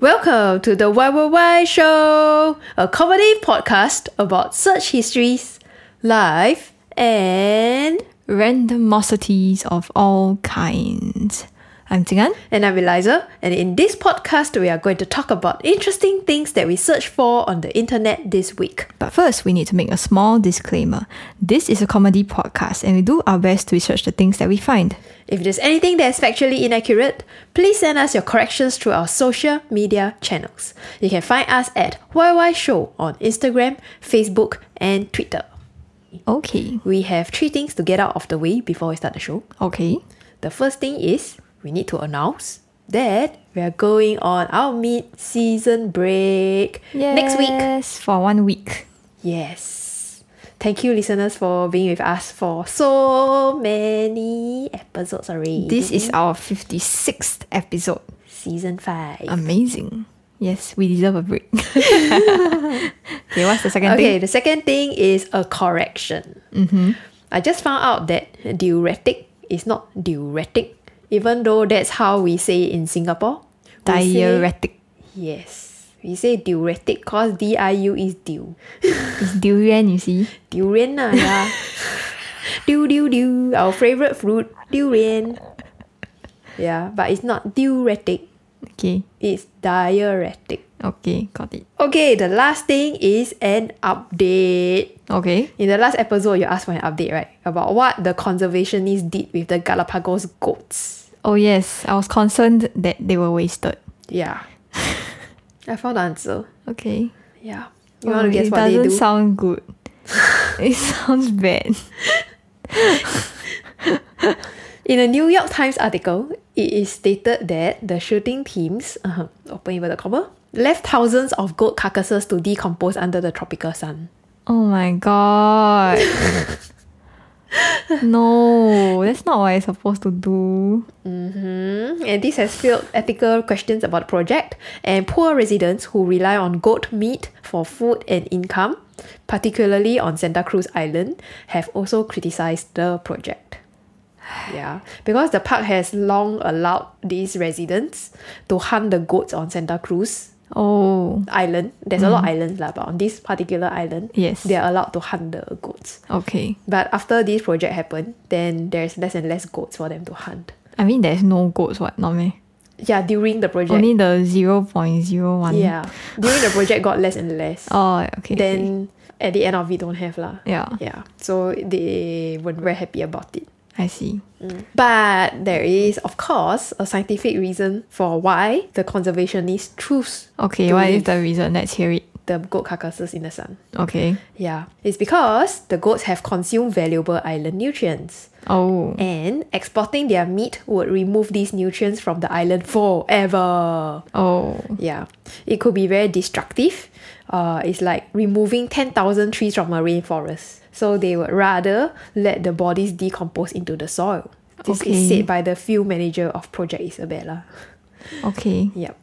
Welcome to the YYY Show, a comedy podcast about search histories, life, and. randomosities of all kinds. I'm Tingan. And I'm Eliza, and in this podcast, we are going to talk about interesting things that we search for on the internet this week. But first, we need to make a small disclaimer. This is a comedy podcast, and we do our best to research the things that we find. If there's anything that is factually inaccurate, please send us your corrections through our social media channels. You can find us at YY Show on Instagram, Facebook, and Twitter. Okay. We have three things to get out of the way before we start the show. Okay. The first thing is we need to announce that we are going on our mid season break next week. Yes, for one week. Yes. Thank you, listeners, for being with us for so many episodes already. This is our 56th episode. season five. Um, Amazing. Yes, we deserve a break. okay, what's the second okay, thing? the second thing is a correction. Mm-hmm. I just found out that diuretic is not diuretic, even though that's how we say in Singapore. We say- Diuretic. Yes. We say diuretic cause D I U is diu. It's durian, you see. Durian lah, yeah. diu, diu, diu. Our favorite fruit, durian. Yeah, but it's not diuretic. Okay. It's diuretic. Okay, got it. Okay, the last thing is an update. Okay. In the last episode, you asked for an update, right? About what the conservationists did with the Galapagos goats. Oh yes, I was concerned that they were wasted. Yeah. I found the answer. Okay. Yeah. You want to guess Oh, it what they doesn't do? sound good. it sounds bad. In a New York Times article, it is stated that the shooting teams, uh, open inverted comma, left thousands of goat carcasses to decompose under the tropical sun. Oh my god. no, that's not what it's supposed to do. Mm, And this has fueled ethical questions about the project and poor residents who rely on goat meat for food and income, particularly on Santa Cruz Island, have also criticized the project. Yeah, because the park has long allowed these residents to hunt the goats on Santa Cruz Oh, island. There's a lot of islands lah, but on this particular island, Mm-hmm. Yes. they are allowed to hunt the goats. okay. But after this project happened, then there's less and less goats for them to hunt. I mean, there's no goats, what, not me? Yeah, during the project, Only the 0.01. yeah, during the project got less and less. Oh, okay. okay. then at the end of it, don't have lah. Yeah, Yeah, so they weren't very happy about it. I see. But there is, of course, a scientific reason for why the conservationists choose Okay, To what is leave. the reason? Let's hear it. the goat carcasses in the sun. Okay. Yeah, it's because the goats have consumed valuable island nutrients, Oh, and exporting their meat would remove these nutrients from the island forever. oh, Yeah, it could be very destructive. Uh, it's like removing 10,000 trees from a rainforest. So they would rather let the bodies decompose into the soil. This is Okay. said by the field manager of Project Isabella. okay. Yep.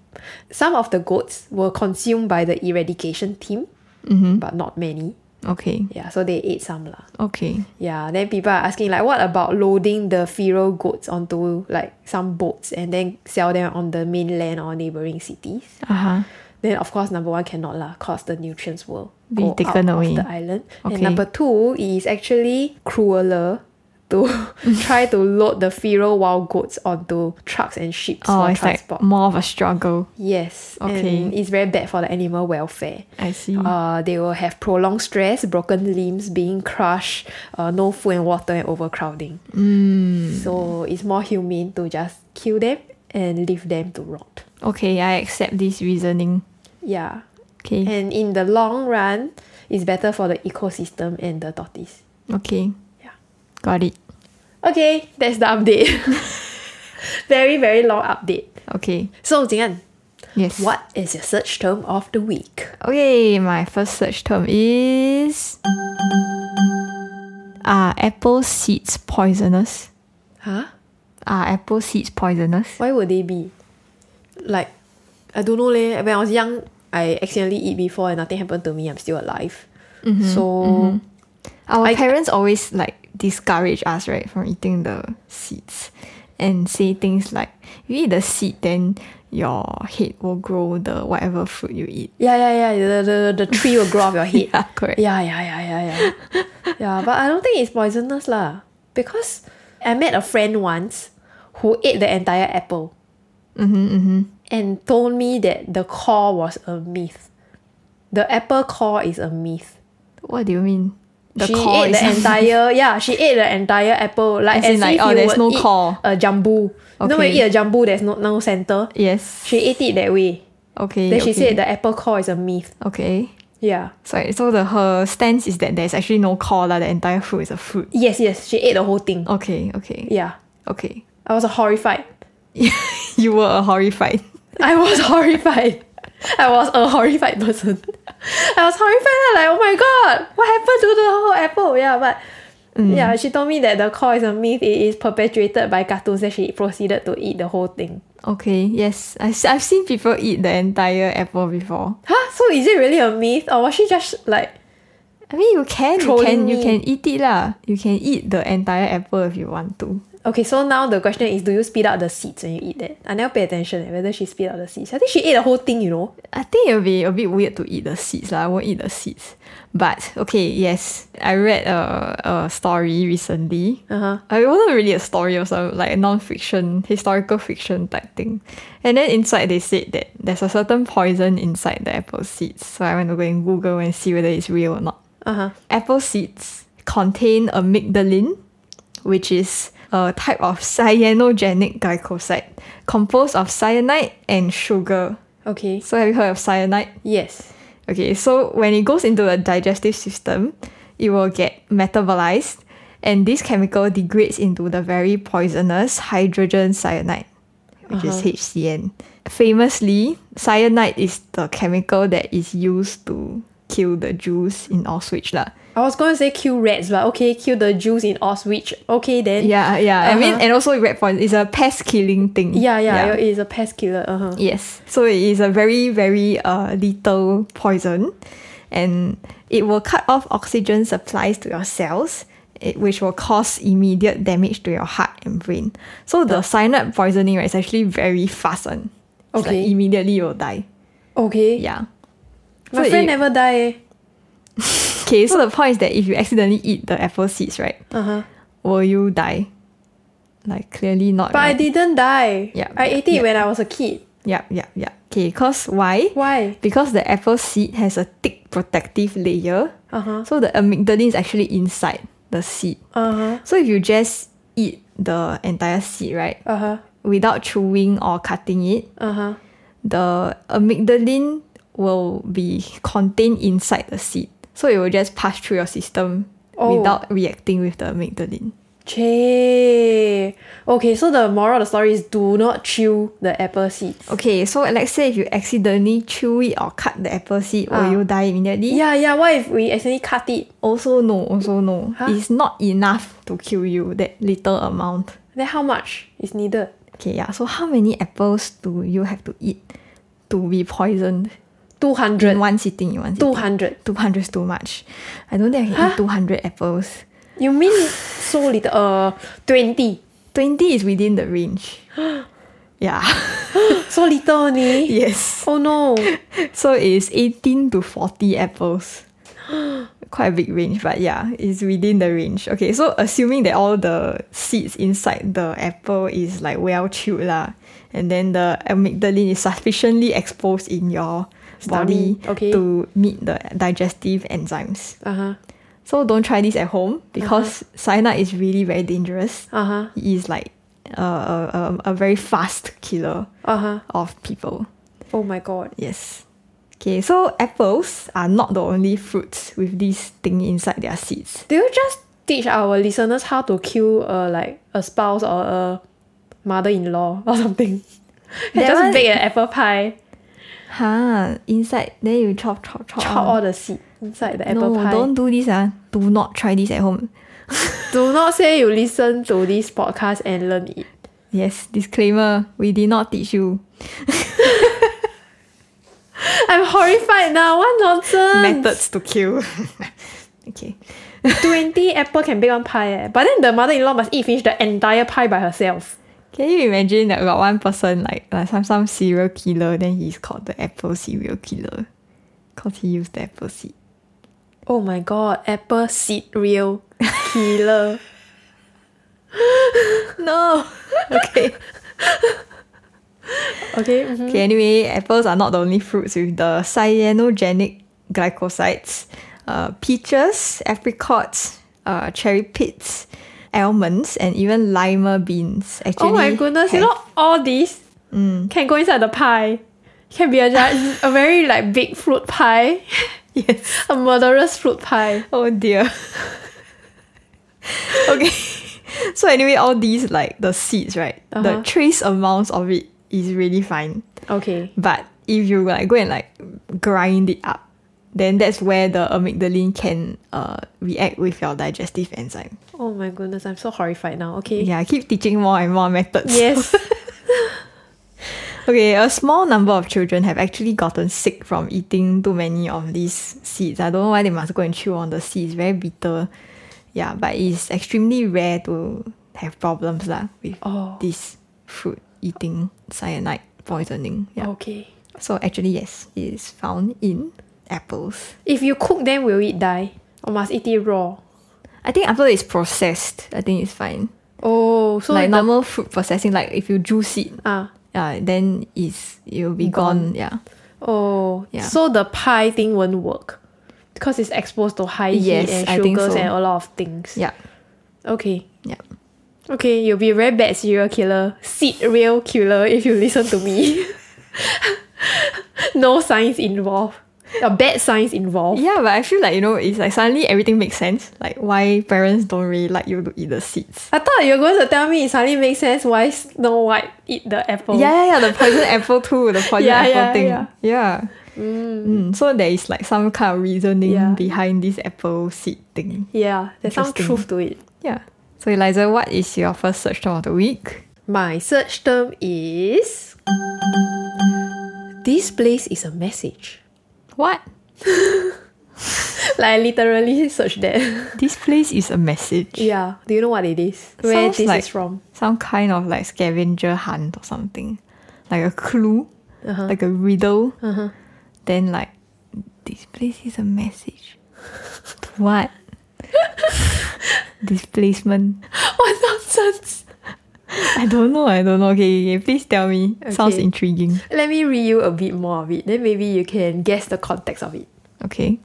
Some of the goats were consumed by the eradication team, but not many. Okay, Yeah, so they ate some lah. okay. Yeah, then people are asking like, what about loading the feral goats onto like some boats and then sell them on the mainland or neighboring cities? Uh huh. Then of course number one cannot lah, cause the nutrients will Be go taken out away. of the island. And Okay. number two it is actually crueler to try to load the feral wild goats onto trucks and ships Oh, for it's transport. like more of a struggle. yes, Okay. and it's very bad for the animal welfare. I see. Uh, they will have prolonged stress, broken limbs, being crushed, uh, no food and water, and overcrowding. So it's more humane to just kill them and leave them to rot. okay, I accept this reasoning. Yeah. Okay. And in the long run, it's better for the ecosystem and the tortoise. okay. Yeah. Got it. Okay, that's the update. very, very long update. Okay. So, Jingan, Yes. what is your search term of the week? Okay, my first search term is Are apple seeds poisonous? Huh? Are apple seeds poisonous? Why would they be? Like, I don't know leh. When I was young, I accidentally eat before and nothing happened to me. I'm still alive. so, Our I- parents always like discourage us, right, from eating the seeds. and say things like, you eat the seed, then your head will grow the whatever fruit you eat. Yeah, yeah, yeah. The, the, the tree will grow off your head. Yeah, correct. Yeah, yeah, yeah, yeah, yeah. yeah, but I don't think it's poisonous lah. Because I met a friend once who ate the entire apple. Mm-hmm, And told me that the core was a myth. The apple core is a myth. What do you mean? The she core ate is the entire yeah. She ate the entire apple like As in like, if oh, you there's would no eat core. A jambu. You know when Okay. you eat a jambu, there's no no center. yes. She ate it that way. Okay. Then she okay. said the apple core is a myth. Okay. Yeah. So, so the her stance is that there's actually no core lah. The entire fruit is a fruit. Yes, yes. She ate the whole thing. Okay. Okay. Yeah. Okay. I was horrified. you were horrified. I was horrified. I was a horrified person. I was horrified, lah, like, oh my god, what happened to the whole apple? Yeah, but Mm. yeah, she told me that the core is a myth, it is perpetuated by cartoons, and she proceeded to eat the whole thing. Okay. Yes. I se- I've seen people eat the entire apple before. Huh? So is it really a myth? Or was she just like I mean, you can, you Trolling can, you me. can eat it lah. You can eat the entire apple if you want to. okay, so now the question is do you spit out the seeds when you eat that? I never pay attention eh, whether she spit out the seeds. I think she ate the whole thing, you know. I think it'll be a bit weird to eat the seeds lah. I won't eat the seeds. But okay, yes, I read a, a story recently. Uh-huh. It wasn't really a story, it was a, like a non-fiction, historical fiction type thing. And then inside they said that there's a certain poison inside the apple seeds. So I went to go and Google and see whether it's real or not. Uh-huh. Apple seeds contain amygdalin, which is a type of cyanogenic glycoside composed of cyanide and sugar. Okay. So have you heard of cyanide? Yes. Okay, so when it goes into the digestive system, it will get metabolized, and this chemical degrades into the very poisonous hydrogen cyanide, which Uh-huh. is HCN. Famously, cyanide is the chemical that is used to kill the Jews in Auschwitz. lah. I was going to say kill rats, but okay, kill the Jews in Auschwitz. Okay then. Yeah, yeah. I mean, Uh-huh. and also red poison is a pest killing thing. Yeah, yeah, it is a pest killer. Uh huh. Yes. So it is a very, very uh, lethal poison and it will cut off oxygen supplies to your cells, it, which will cause immediate damage to your heart and brain. So the cyanide poisoning right, is actually very fast one. It's like Okay. immediately you'll die. Okay. Yeah. My So friend it- never die. eh. Okay, so the point is that if you accidentally eat the apple seeds, right, Uh-huh. will you die? Like clearly not. But I right? didn't die. Yeah, I yeah, ate it yeah. when I was a kid. Yep, yep, yep. Okay, cause why? Why? Because the apple seed has a thick protective layer. Uh-huh. So the amygdalin is actually inside the seed. Uh-huh. So if you just eat the entire seed, right, Uh-huh. without chewing or cutting it, Uh-huh. the amygdalin will be contained inside the seed. So it will just pass through your system Oh. without reacting with the amygdalin. Che. Okay, so the moral of the story is do not chew the apple seeds. Okay, so let's say if you accidentally chew it or cut the apple seed, Ah. will you die immediately? Yeah, yeah. What if we accidentally cut it? Also no, also no. Huh? It's not enough to kill you, that little amount. Then how much is needed? Okay, yeah. So how many apples do you have to eat to be poisoned? Two In hundred. one sitting, in one Two sitting. hundred. 200 is too much. I don't think I can eat 200 apples. You mean so little? Uh, twenty. 20 is within the range. yeah. So little only. yes. Oh no. So it's 18 to 40 apples. Quite a big range, but yeah, it's within the range. Okay, so assuming that all the seeds inside the apple is like well chewed lah, and then the amygdalin is sufficiently exposed in your body Stomach, okay. to meet the digestive enzymes. Uh huh. So don't try this at home because Uh-huh. cyanide is really very dangerous. Uh huh. It is like a, a, a a very fast killer Uh huh. of people. Oh my god. Yes. Okay, so apples are not the only fruits with this thing inside their seeds. Do you just teach our listeners how to kill uh, like a spouse or a mother-in-law or something? That just one- bake an apple pie, Huh, inside, then you chop, chop, chop. chop all the seed inside the apple Uh-huh. no, pie. don't do this. Ah, Do not try this at home. Do not say you listen to this podcast and learn it. Yes, disclaimer, we did not teach you. I'm horrified now. What nonsense? Methods to kill. okay. Twenty apple can bake one pie, eh. but then the mother-in-law must eat finish the entire pie by herself. Can you imagine that got one person like like some some serial killer then he's called the apple serial killer because he used the apple seed. Oh my god, apple seed real killer. No. okay. Okay. mhm. Okay, anyway, apples are not the only fruits with the cyanogenic glycosides. Uh, peaches, apricots, uh, cherry pits, almonds, and even lima beans. Actually, Oh my goodness, you have- know all these Mm. can go inside the pie. Can be a, gi- a very like big fruit pie. Yes. A murderous fruit pie. Oh dear. okay. So anyway, all these like the seeds, right? Uh-huh. The trace amounts of it is really fine. Okay. But if you like go and like grind it up, then that's where the amygdalin can uh, react with your digestive enzyme. Oh my goodness, I'm so horrified now. Okay. Yeah, I keep teaching more and more methods. Yes. Okay, a small number of children have actually gotten sick from eating too many of these seeds. I don't know why they must go and chew on the seeds. Very bitter. Yeah, but it's extremely rare to have problems lah with Oh. this fruit eating cyanide poisoning. Yeah. Okay. So actually, yes, it is found in apples. If you cook them, will it die? Or must eat it raw? I think after it's processed, I think it's fine. Oh, so like the- normal fruit processing, like if you juice it, ah. uh, then it's, it'll be gone. Yeah. Oh, Yeah. So the pie thing won't work because it's exposed to high Yes, heat and I think sugars so. and a lot of things. Yeah. Okay. Yeah. Okay, you'll be a very bad serial killer, seed real killer if you listen to me. no science involved. A bad science involved. Yeah, but I feel like you know, it's like suddenly everything makes sense. Like why parents don't really like you to eat the seeds. I thought you were going to tell me it suddenly makes sense why Snow White eat the apple. Yeah, yeah, yeah. The poison apple too. The Oh. poison Yeah, apple yeah, thing. yeah. Yeah. Mm, so there is like some kind of reasoning Yeah. behind this apple seed thing. Yeah, there's some Interesting. truth to it. Yeah. So Eliza, what is your first search term of the week? My search term is. This place is a message. What? Like I literally search that. This place is a message. yeah. Do you know what it is? Where Sounds this like is from? Some kind of like scavenger hunt or something, like a clue, Uh-huh. like a riddle. Then like this place is a message. To what? Displacement. what nonsense! I don't know. I don't know. Okay, okay, okay. please tell me. Sounds Okay. intriguing. Let me read you a bit more of it, then maybe you can guess the context of it. Okay.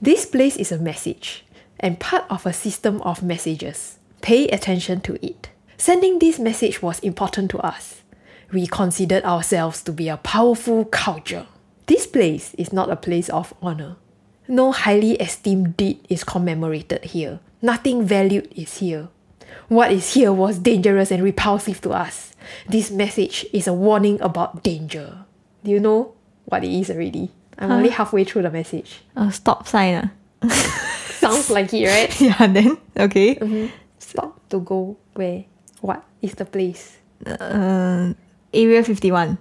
This place is a message and part of a system of messages. Pay attention to it. Sending this message was important to us. We considered ourselves to be a powerful culture. This place is not a place of honor. No highly esteemed deed is commemorated here. Nothing valued is here. What is here was dangerous and repulsive to us. This message is a warning about danger. Do you know what it is already? I'm only halfway through the message. A stop sign. Ah. Sounds like it, right? Mm-hmm. Yeah. Then okay. Stop to go where? What is the place? Uh, area fifty one.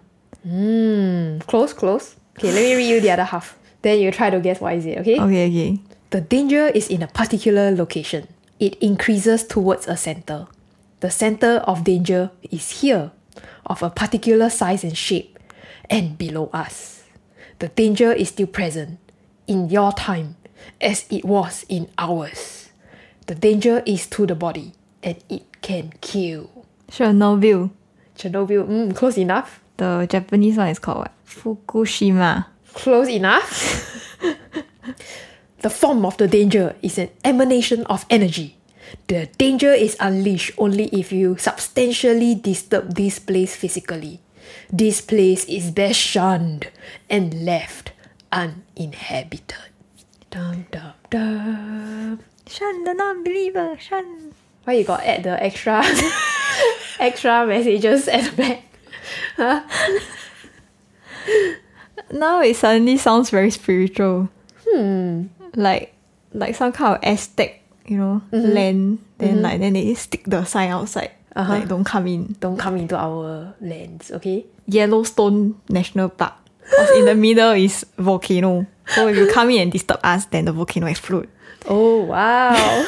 Mm, Close, close. Okay, let me read you the other half. Then you try to guess what is it, okay? Okay. Okay. The danger is in a particular location. It increases towards a center. The center of danger is here, of a particular size and shape, and below us. The danger is still present, in your time, as it was in ours. The danger is to the body, and it can kill. Chernobyl. Chernobyl, mm, close enough. The Japanese one is called what? Fukushima. Close enough. the form of the danger is an emanation of energy. The danger is unleashed only if you substantially disturb this place physically. This place is best shunned and left uninhabited. Dum dum dum. Shun the non-believer. Shun. Why you got add the extra extra messages at the back? Huh? Now it suddenly sounds very spiritual. Hmm. Like like some kind of Aztec, you know, Mm-hmm. land. Then like then they stick the sign outside. Uh-huh. Like don't come in. Don't come into our lands, okay? Yellowstone National Park. 'Cause in the middle is volcano. So if you come in and disturb us, then the volcano explode. Oh wow!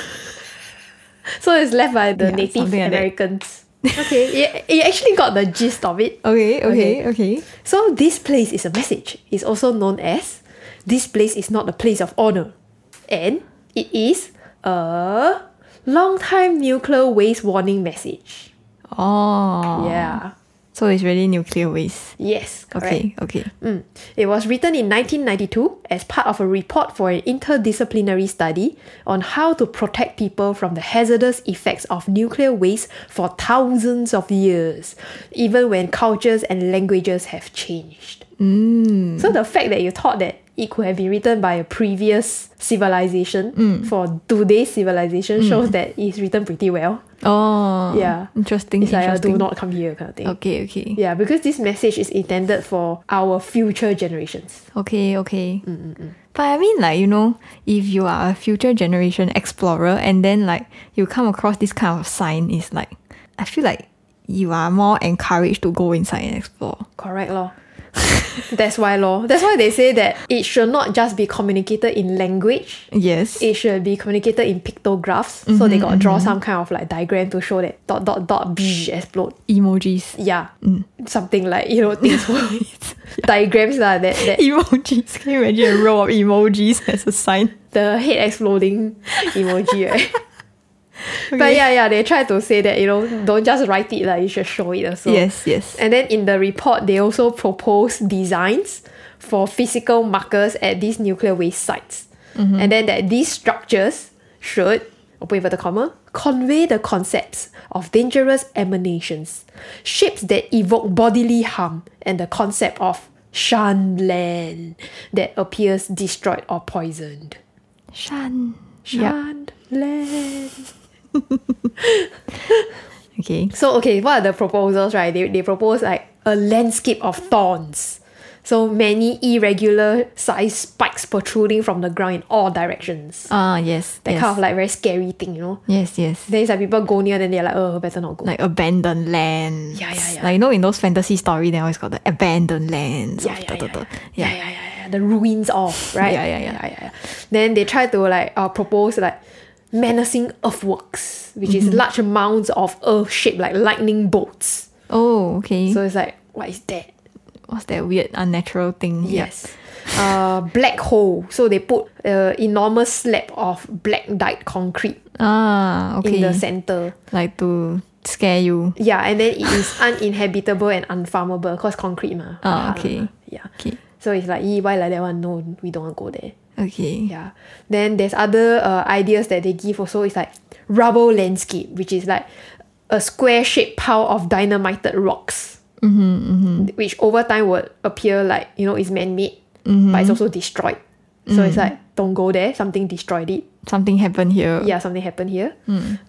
so it's left by the Yeah, Native something like that. Americans. Okay, yeah, you actually got the gist of it. Okay, okay, okay. So this place is a message. It's also known as this place is not a place of honor. And it is a long time nuclear waste warning message. Oh. Yeah. So it's really nuclear waste. Yes, correct. Okay, okay. Mm. It was written in 1992 as part of a report for an interdisciplinary study on how to protect people from the hazardous effects of nuclear waste for thousands of years, even when cultures and languages have changed. Mm. So the fact that you thought that it could have been written by a previous civilization Mm. for today's civilization shows that it's written pretty well. Oh. Yeah. Interesting. It's like a do interesting. not come here kind of thing. Okay, okay. Yeah, because this message is intended for our future generations. Okay, okay. Mm, But I mean, like, you know, if you are a future generation explorer and then, like, you come across this kind of sign, it's like, I feel like you are more encouraged to go inside and explore. Correct law. That's why law. That's why they say that it should not just be communicated in language. Yes. It should be communicated in pictographs. so they got Mm-hmm. draw some kind of like diagram to show that dot dot dot bsh, Mm. explode. Emojis. Yeah. Mm. Something like, you know, things were diagrams lah that, that Emojis. Can you imagine a row of emojis as a sign? the head exploding emoji, right? But Okay. yeah, yeah, they try to say that, you know, don't just write it, like, you should show it also. Yes, yes. And then in the report, they also propose designs for physical markers at these nuclear waste sites. And then that these structures should, open inverted comma, convey the concepts of dangerous emanations, shapes that evoke bodily harm, and the concept of shunned land that appears destroyed or poisoned. Shan. Yeah. Shunned land. Okay. So okay, what are the proposals, right? They, they propose like a landscape of thorns. So many irregular sized spikes protruding from the ground in all directions. Ah, yes. That yes. kind of like very scary thing, you know. Yes, yes. Then it's like people go near, then they're like, oh, better not go. Like abandoned land. Yeah, yeah, yeah. Like you know in those fantasy story they always got the abandoned lands. yeah, of yeah, da, yeah, da, da. yeah, yeah, yeah, yeah, yeah. The ruins of right. Yeah, yeah, yeah. Then they try to like uh, propose like menacing earthworks, which Mm-hmm. is large mounds of earth shaped like lightning bolts. Oh, okay. So it's like, what is that? what's that weird unnatural thing? Yes. Uh, black hole. So they put uh, enormous slab of black dyed concrete Yeah. Ah, okay. in the center. like to scare you. Yeah, and then it is uninhabitable and unfarmable because concrete ma. Ah, hard okay. ma. Yeah. Okay. So it's like, "Ee, why like that one? No, we don't want to go there. Okay. Yeah. Then there's other uh, ideas that they give also. It's like rubble landscape, which is like a square shaped pile of dynamited rocks, mm-hmm, which over time would appear like, you know, it's man made, but it's also destroyed. So it's like, don't go there, something destroyed it. Something happened here. Yeah, something happened here.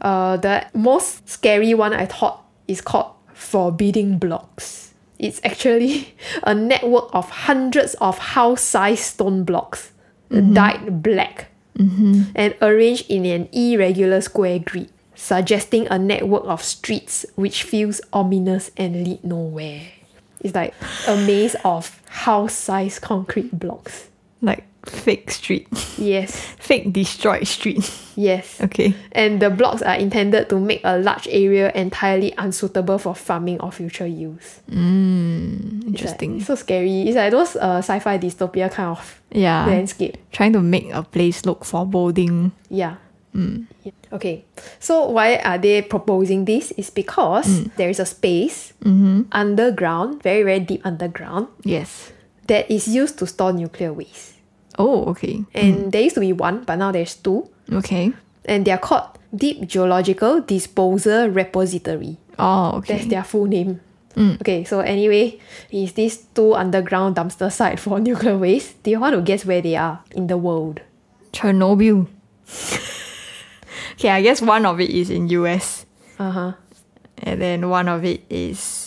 Uh, the most scary one I thought is called forbidding blocks. It's actually a network of hundreds of house-sized stone blocks, uh, dyed black, and arranged in an irregular square grid, suggesting a network of streets which feels ominous and lead nowhere. It's like a maze of house-sized concrete blocks. Like fake street. Yes, fake destroyed street. yes. okay. and the blocks are intended to make a large area entirely unsuitable for farming or future use. It's like- Interesting. it's so scary. It's like those uh, sci-fi dystopia kind of yeah. landscape. Trying to make a place look foreboding. Yeah. Yeah. Okay. So why are they proposing this? Is because there is a space underground, very very deep underground, Yes. that is used to store nuclear waste. Oh, okay. And there used to be one, but now there's two, Okay. and they are called Deep Geological Disposal Repository. Oh, okay. That's their full name. Mm. Okay, so anyway, is these two underground dumpster site for nuclear waste? Do you want to guess where they are in the world? Chernobyl. okay, I guess one of it is in US, Uh huh. and then one of it is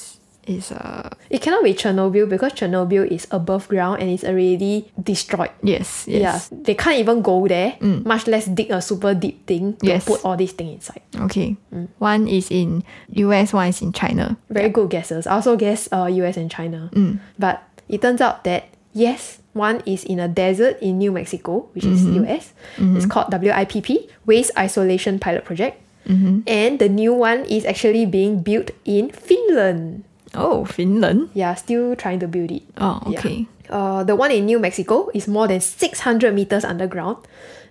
is uh It cannot be Chernobyl because Chernobyl is above ground and it's already destroyed. yes yes Mm. Yeah, they can't even go there, much less dig a super deep thing to Yes. put all these things inside. okay. Mm. One is in US, one is in China. Very good guesses. I also guess uh, US and China. But it turns out that yes, one is in a desert in New Mexico, which is US. It's called WIPP, Waste Isolation Pilot Project. And the new one is actually being built in Finland. Oh, Finland. Yeah, still trying to build it. Oh, Yeah. okay. Uh, the one in New Mexico is more than 600 meters underground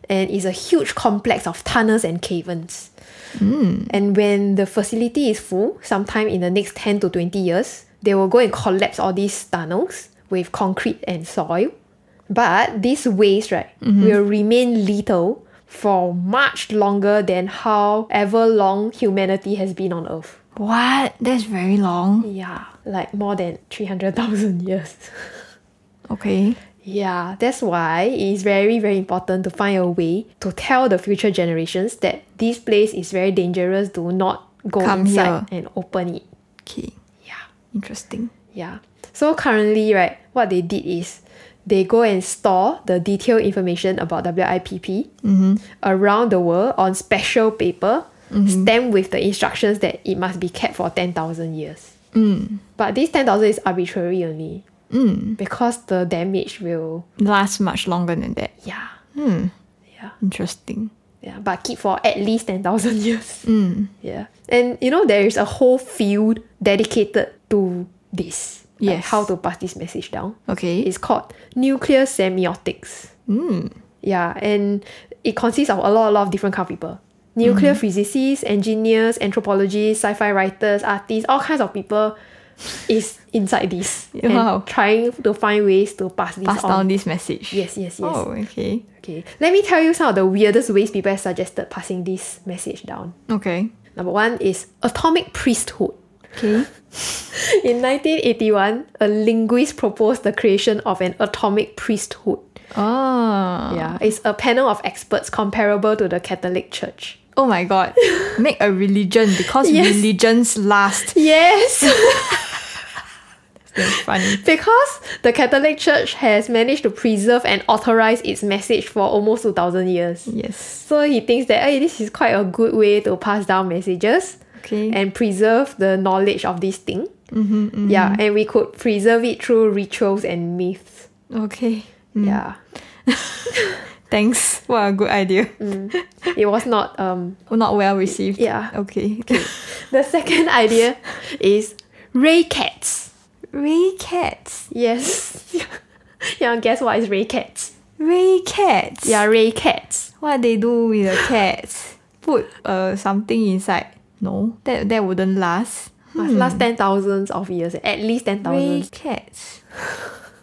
and is a huge complex of tunnels and caverns. Hmm. And when the facility is full, sometime in the next 10 to 20 years, they will go and collapse all these tunnels with concrete and soil. But these waste, right, Mm-hmm. will remain lethal for much longer than however long humanity has been on Earth. What? That's very long. Yeah, like more than 300,000 years. Okay. Yeah, that's why it's very, very important to find a way to tell the future generations that this place is very dangerous. Do not go Come inside and open it. Okay. Yeah, Interesting. yeah. So currently, right, what they did is they go and store the detailed information about WIPP around the world on special paper stamped with the instructions that it must be kept for 10,000 years. But this 10,000 is arbitrary only because the damage will Lasts much longer than that. yeah. Yeah. Interesting. Yeah. But keep for at least 10,000 years. Mm. Yeah. And you know, there is a whole field dedicated to this. like Yes. how to pass this message down. Okay. It's called nuclear semiotics. Mm. Yeah. And it consists of a lot, a lot of different kind of people. Nuclear Mm. physicists, engineers, anthropologists, sci-fi writers, artists, all kinds of people is inside this. and Wow. trying to find ways to pass this Pass on. down this message. Yes, yes, yes. Oh, okay. Okay, let me tell you some of the weirdest ways people have suggested passing this message down. Okay. Number one is atomic priesthood. Okay. In 1981, a linguist proposed the creation of an atomic priesthood. Oh. Yeah, it's a panel of experts comparable to the Catholic Church. Oh my god. Make a religion because Yes. religions last. Yes, That's funny. because the Catholic Church has managed to preserve and authorize its message for almost 2,000 years. Yes. So he thinks that hey, this is quite a good way to pass down messages. Okay. and preserve the knowledge of this thing. Yeah, and we could preserve it through rituals and myths. okay. Yeah, Thanks. What a good idea. Mm. it was not. Um, Not well received. yeah. Okay. the second idea is ray cats. Ray cats. Yes. yeah. Guess what is ray cats? Ray cats. Yeah, ray cats. What they do with the cats? Put uh something inside. No. That that wouldn't last. Must last ten thousands of years, at least ten Ray thousands. cats.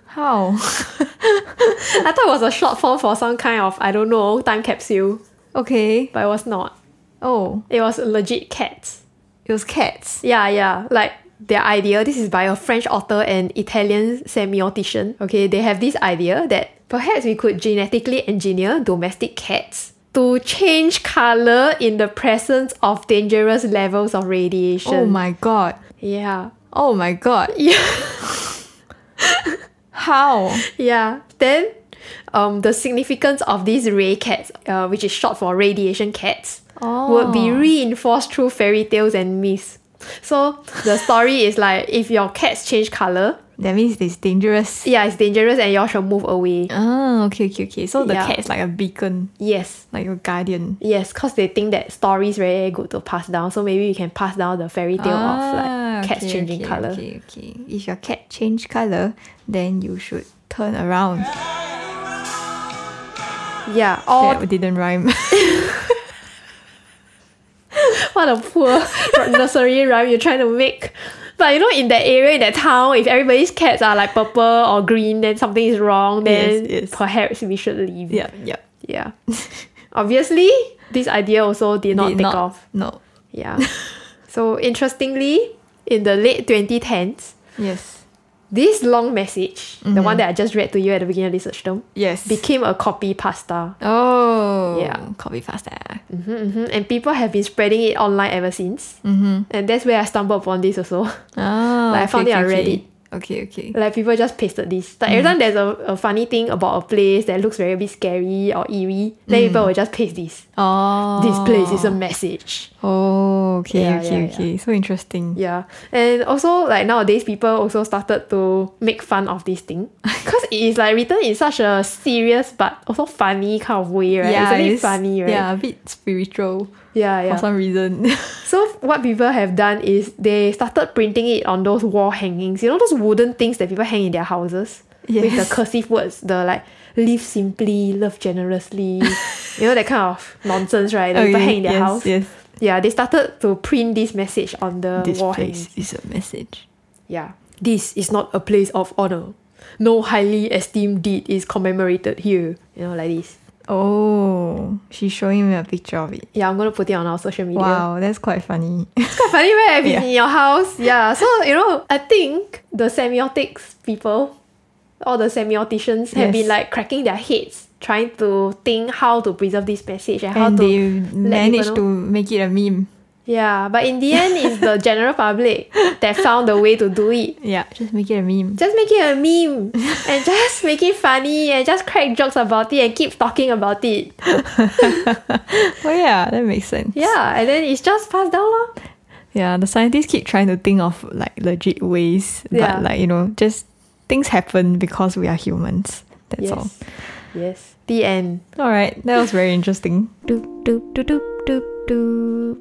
How? I thought it was a short form for some kind of I don't know time capsule, okay. but it was not. Oh, It was legit cats. it was cats. Yeah, yeah. Like their idea, this is by a French author and Italian semiotician. Okay, they have this idea that perhaps we could genetically engineer domestic cats to change color in the presence of dangerous levels of radiation. Oh my god. Yeah. Oh my god. Yeah. How? Yeah. Then um, the significance of these ray cats, uh, which is short for radiation cats, would be Oh. reinforced through fairy tales and myths. So the story is like if your cats change color, That means it's dangerous. yeah, it's dangerous and y'all should move away. Ah, okay, okay, okay. So the Yeah. cat is like a beacon, Yes, like your guardian. yes, because they think that story is very good to pass down. So maybe we can pass down the fairy tale of like cats Ah, okay, changing okay, color. Okay, okay. If your cat change color, then you should turn around. Yeah, oh, all That didn't rhyme. what a poor nursery rhyme you're trying to make. But you know, in that area, in that town, if everybody's cats are like purple or green, then something is wrong. Then Yes, yes. perhaps we should leave. yeah, yeah. yeah. Obviously, this idea also did not Did take off. No. Yeah. so interestingly, in the late 2010s, Yes. this long message, the one that I just read to you at the beginning of this search term, Yes. became a copy pasta. oh. Yeah. Copy faster. hmm And people have been spreading it online ever since. Mm-hmm. And that's where I stumbled upon this also. Oh. Like, I found it Uh, on Reddit. Okay, okay. like people just pasted this. Like every time there's a, a funny thing about a place that looks very a bit scary or eerie, then people will just paste this. Oh. This place is a message. Oh, okay, Yeah, okay, yeah, okay. So interesting. Yeah. And also, like nowadays, people also started to make fun of this thing. Because it is like written in such a serious but also funny kind of way, right? it's a bit funny, right? Yeah, a bit spiritual. Yeah, yeah. for some reason. So what people have done is they started printing it on those wall hangings. You know those wooden things that people hang in their houses with Yes. the cursive words, the like live simply, love generously. you know that kind of nonsense, right? That people Okay, hang in their Oh, yes, house. Yes. Yeah, they started to print this message on the This wall place hangings. is a message. Yeah. This is not a place of honor. No highly esteemed deed is commemorated here. You know, like this. Oh, she's showing me a picture of it. Yeah, I'm gonna put it on our social media. Wow, that's quite funny. quite funny right if it's Yeah. in your house. Yeah. So you know, I think the semiotics people, all the semioticians have Yes. been like cracking their heads trying to think how to preserve this message and, how and to they know. managed to make it a meme. Yeah. But in the end it's the general public that found a way to do it. Yeah, just make it a meme. Just make it a meme and just make it funny and just crack jokes about it and keep talking about it. Well, yeah, that makes sense. Yeah, and then it's just passed down lor. Yeah, the scientists keep trying to think of like legit ways, Yeah. but like you know, just things happen because we are humans. That's all. yes. Yes. The end. All right, that was very interesting. doop, doop, doop, doop, doop, doop.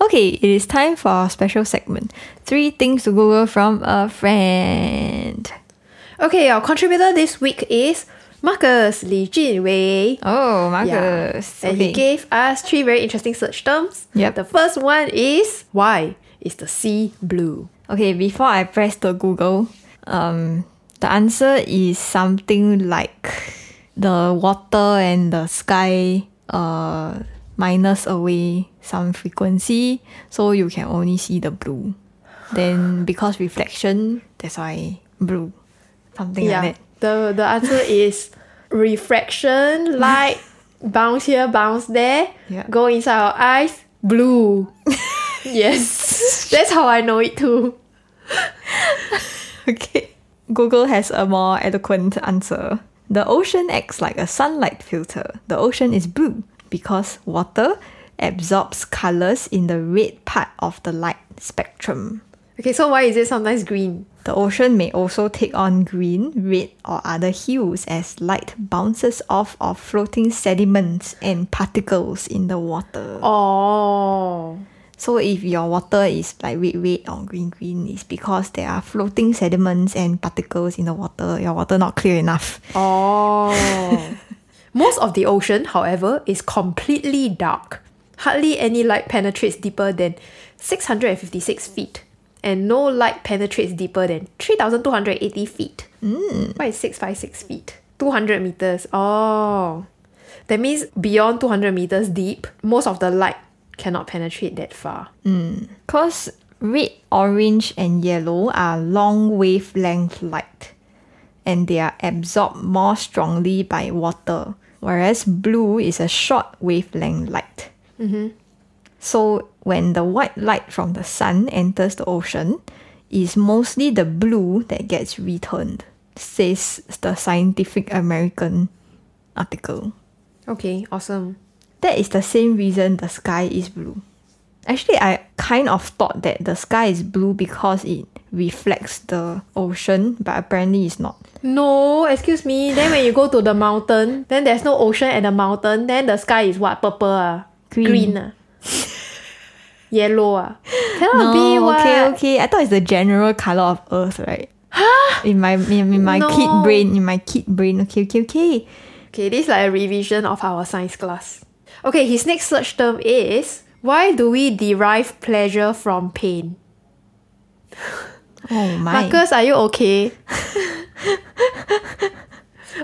Okay, it is time for our special segment: three things to Google from a friend. Okay, our contributor this week is Marcus Li Jinwei. Yeah. Oh, Marcus. And he gave us three very interesting search terms. Yep. The first one is why is the sea blue? Okay, before I press the Google, um, the answer is something like the water and the sky uh, minus away some frequency, so you can only see the blue. Then because reflection, that's why blue, something like that. The the answer is refraction, light, bounce here, bounce there, Yeah. go inside our eyes, blue. yes. That's how I know it too. Okay. Google has a more eloquent answer. The ocean acts like a sunlight filter. The ocean is blue because water absorbs colors in the red part of the light spectrum. Okay, so why is it sometimes green? The ocean may also take on green, red, or other hues as light bounces off of floating sediments and particles in the water. Oh. So if your water is like red red or green green, it's because there are floating sediments and particles in the water. Your water not clear enough. Oh. Most of the ocean, however, is completely dark. Hardly any light penetrates deeper than 656 feet, and no light penetrates deeper than 3,280 feet. Mm. What is 656 feet? 200 meters. Oh. That means beyond 200 meters deep, most of the light cannot penetrate that far. Cause red, orange, and yellow are long wavelength light, and they are absorbed more strongly by water. Whereas blue is a short wavelength light. Mm-hmm. So when the white light from the sun enters the ocean, it's mostly the blue that gets returned, says the Scientific American article. Okay, awesome. That is the same reason the sky is blue. Actually, I kind of thought that the sky is blue because it reflects the ocean, but apparently it's not. No, excuse me. Then when you go to the mountain, then there's no ocean at the mountain. Then the sky is what? Purple ah? Green. ah? Yellow ah? Cannot be No, what? okay, okay. I thought it's the general color of Earth, right? In my in, in my No. kid brain, in my kid brain. Okay, okay, okay. Okay, this is like a revision of our science class. Okay, his next search term is why do we derive pleasure from pain? Oh my. Marcus, are you okay?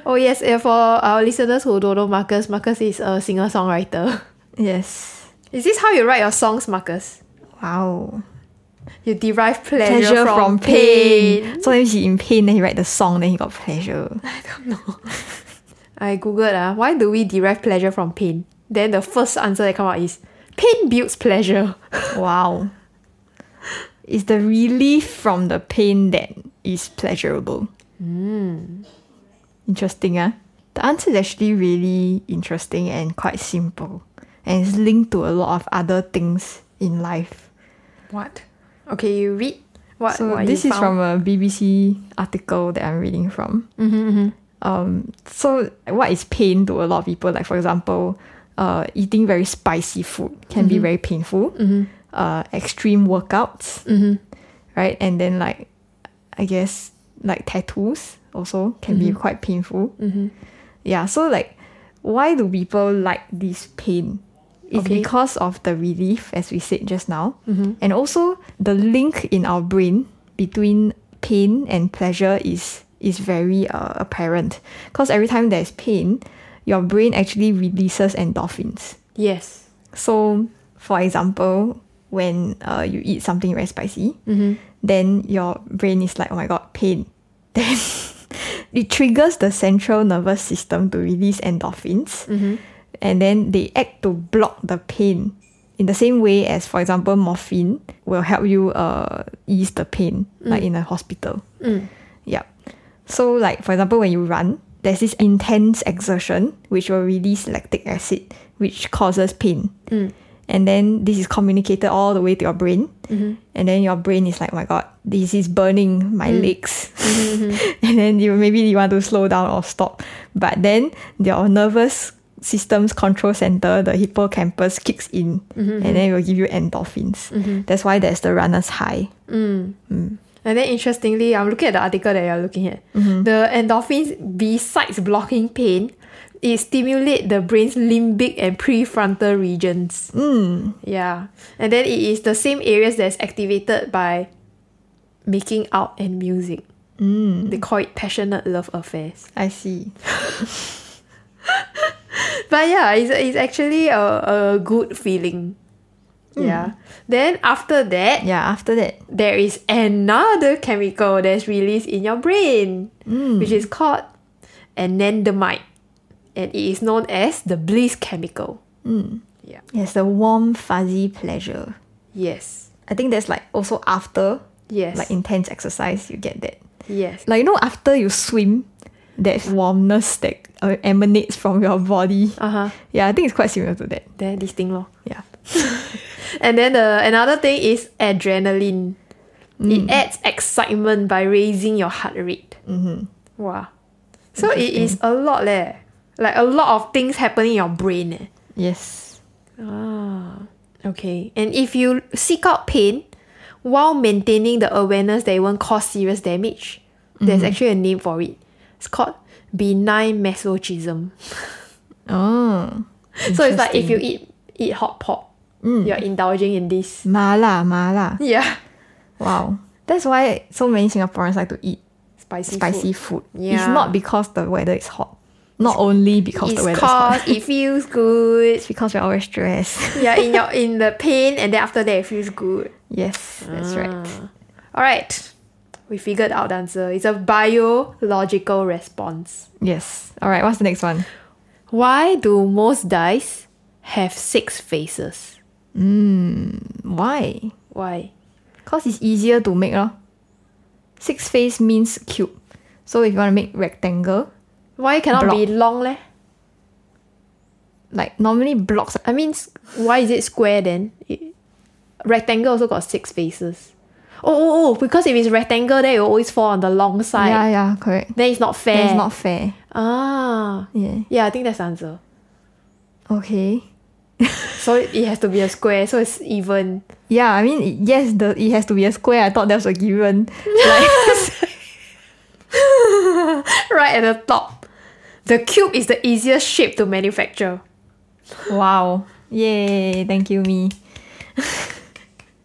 oh yes, eh, for our listeners who don't know Marcus, Marcus is a singer-songwriter. Yes. Is this how you write your songs, Marcus? Wow. You derive pleasure, Pleasure from, from pain. pain. So then he in pain, then he write the song, then he got pleasure. I googled ah, why do we derive pleasure from pain? Then the first answer that come out is pain builds pleasure. Wow. It's the relief from the pain that is pleasurable. Hmm. Interesting, ah. The answer is actually really interesting and quite simple. And it's linked to a lot of other things in life. What? Okay, you read what? So what this you is found? from a BBC article that I'm reading Mm-hmm, from. Um, so what is pain to a lot of people? Like for example, uh, eating very spicy food can Mm-hmm. be very painful. Mm. Uh, extreme workouts, mm-hmm, right? And then like, I guess like tattoos also can be quite painful. mm-hmm, Yeah. So like, why do people like this pain? It's Okay. because of the relief, as we said just now, mm-hmm. and also the link in our brain between pain and pleasure is is very uh, apparent. Because every time there's pain, your brain actually releases endorphins. Yes. So, for example, when uh, you eat something very spicy, then your brain is like, oh my god, pain. Then it triggers the central nervous system to release endorphins, and then they act to block the pain. In the same way as, for example, morphine will help you uh, ease the pain, like in a hospital. Yep. So, like for example, when you run, there's this intense exertion which will release lactic acid, which causes pain. And then this is communicated all the way to your brain. And then your brain is like, oh my god, this is burning my legs. and then you maybe you want to slow down or stop. But then your nervous system's control center, the hippocampus, kicks in and then it will give you endorphins. That's why there's the runner's high. And then interestingly, I'm looking at the article that you're looking at. The endorphins, besides blocking pain, it stimulate the brain's limbic and prefrontal regions. Yeah. And then it is the same areas that's activated by making out and music. They call it passionate love affairs. I see. But yeah, it's, it's actually a, a good feeling. Yeah. Then after that, Yeah, after that, there is another chemical that's released in your brain, which is called anandamide. And it is known as the bliss chemical. Yeah. Yes, the warm, fuzzy pleasure. Yes. I think that's like also after Yes. like intense exercise, you get that. yes. Like you know, after you swim, that warmness that uh, emanates from your body. Uh huh. Yeah, I think it's quite similar to that. Then this thing lor. Yeah. And then the another thing is adrenaline. It adds excitement by raising your heart rate. Mm-hmm. Wow. So it is a lot leh. Like a lot of things happening in your brain. Eh. Yes. Ah, okay. And if you seek out pain while maintaining the awareness that it won't cause serious damage, there's actually a name for it. It's called benign masochism. Oh. So it's like if you eat eat hot pot, you're indulging in this. Mala, mala. Yeah. Wow. That's why so many Singaporeans like to eat Spicy. spicy Food. food. It's Yeah. not because the weather is hot. Not only because the It's weather is cause hot. it feels good. It's because we're always stressed. You're in your in the pain and then after that it feels good. yes, that's Ah. right. Alright. We figured out the answer. It's a biological response. Yes. All right. What's the next one? Why do most dice have six faces? Why? Why? Cause it's easier to make lor. Six face means cube. So if you want to make rectangle, Why cannot be long leh? like normally blocks I mean, s- why is it square then? It- rectangle also got six faces. Oh, oh, oh, because if it's rectangle, then it will always fall on the long side. Yeah, yeah, correct. Then it's not fair. That's not fair. Ah. Yeah. Yeah, I think that's the answer. Okay. So it it has to be a square, so it's even. Yeah, I mean it- yes, the it has to be a square. I thought that was a given. Like right at the top. The cube is the easiest shape to manufacture. wow. Yay, thank you, me.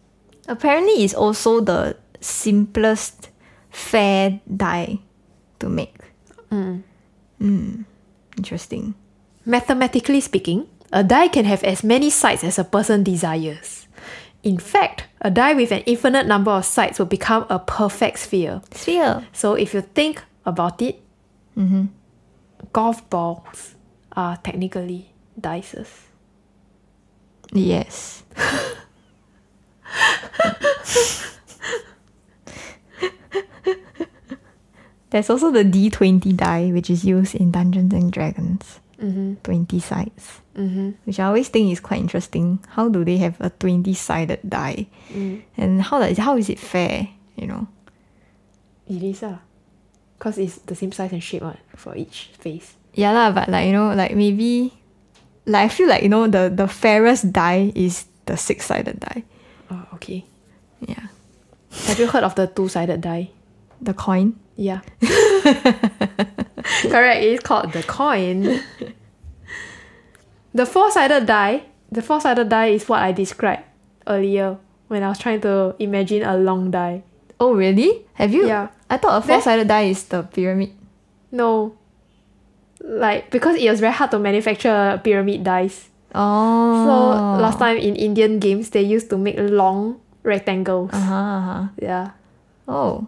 Apparently it's also the simplest fair die to make. Mm. Interesting. Mathematically speaking, a die can have as many sides as a person desires. In fact, a die with an infinite number of sides will become a perfect sphere. Sphere. So if you think about it, golf balls are technically dices. Yes. There's also the D20 die, which is used in Dungeons and Dragons. Mm-hmm. 20 sides. Mm-hmm. Which I always think is quite interesting. How do they have a 20 sided die? And how, does, how is it fair? You know? It is ah. Because it's the same size and shape ah, for each face. Yeah, lah, but like, you know, like maybe Like I feel like you know the the fairest die is the six sided die. Oh, okay. Yeah, Have you heard of the two sided die? the coin. Yeah. Correct, it's called the coin. The four sided die, the four sided die is what I described earlier when I was trying to imagine a long die. Oh really? Have you? Yeah. I thought a four sided die is the pyramid. No. Like, because it was very hard to manufacture pyramid dice. Oh. So, last time in Indian games, they used to make long rectangles. Uh huh. Uh-huh. Yeah. Oh.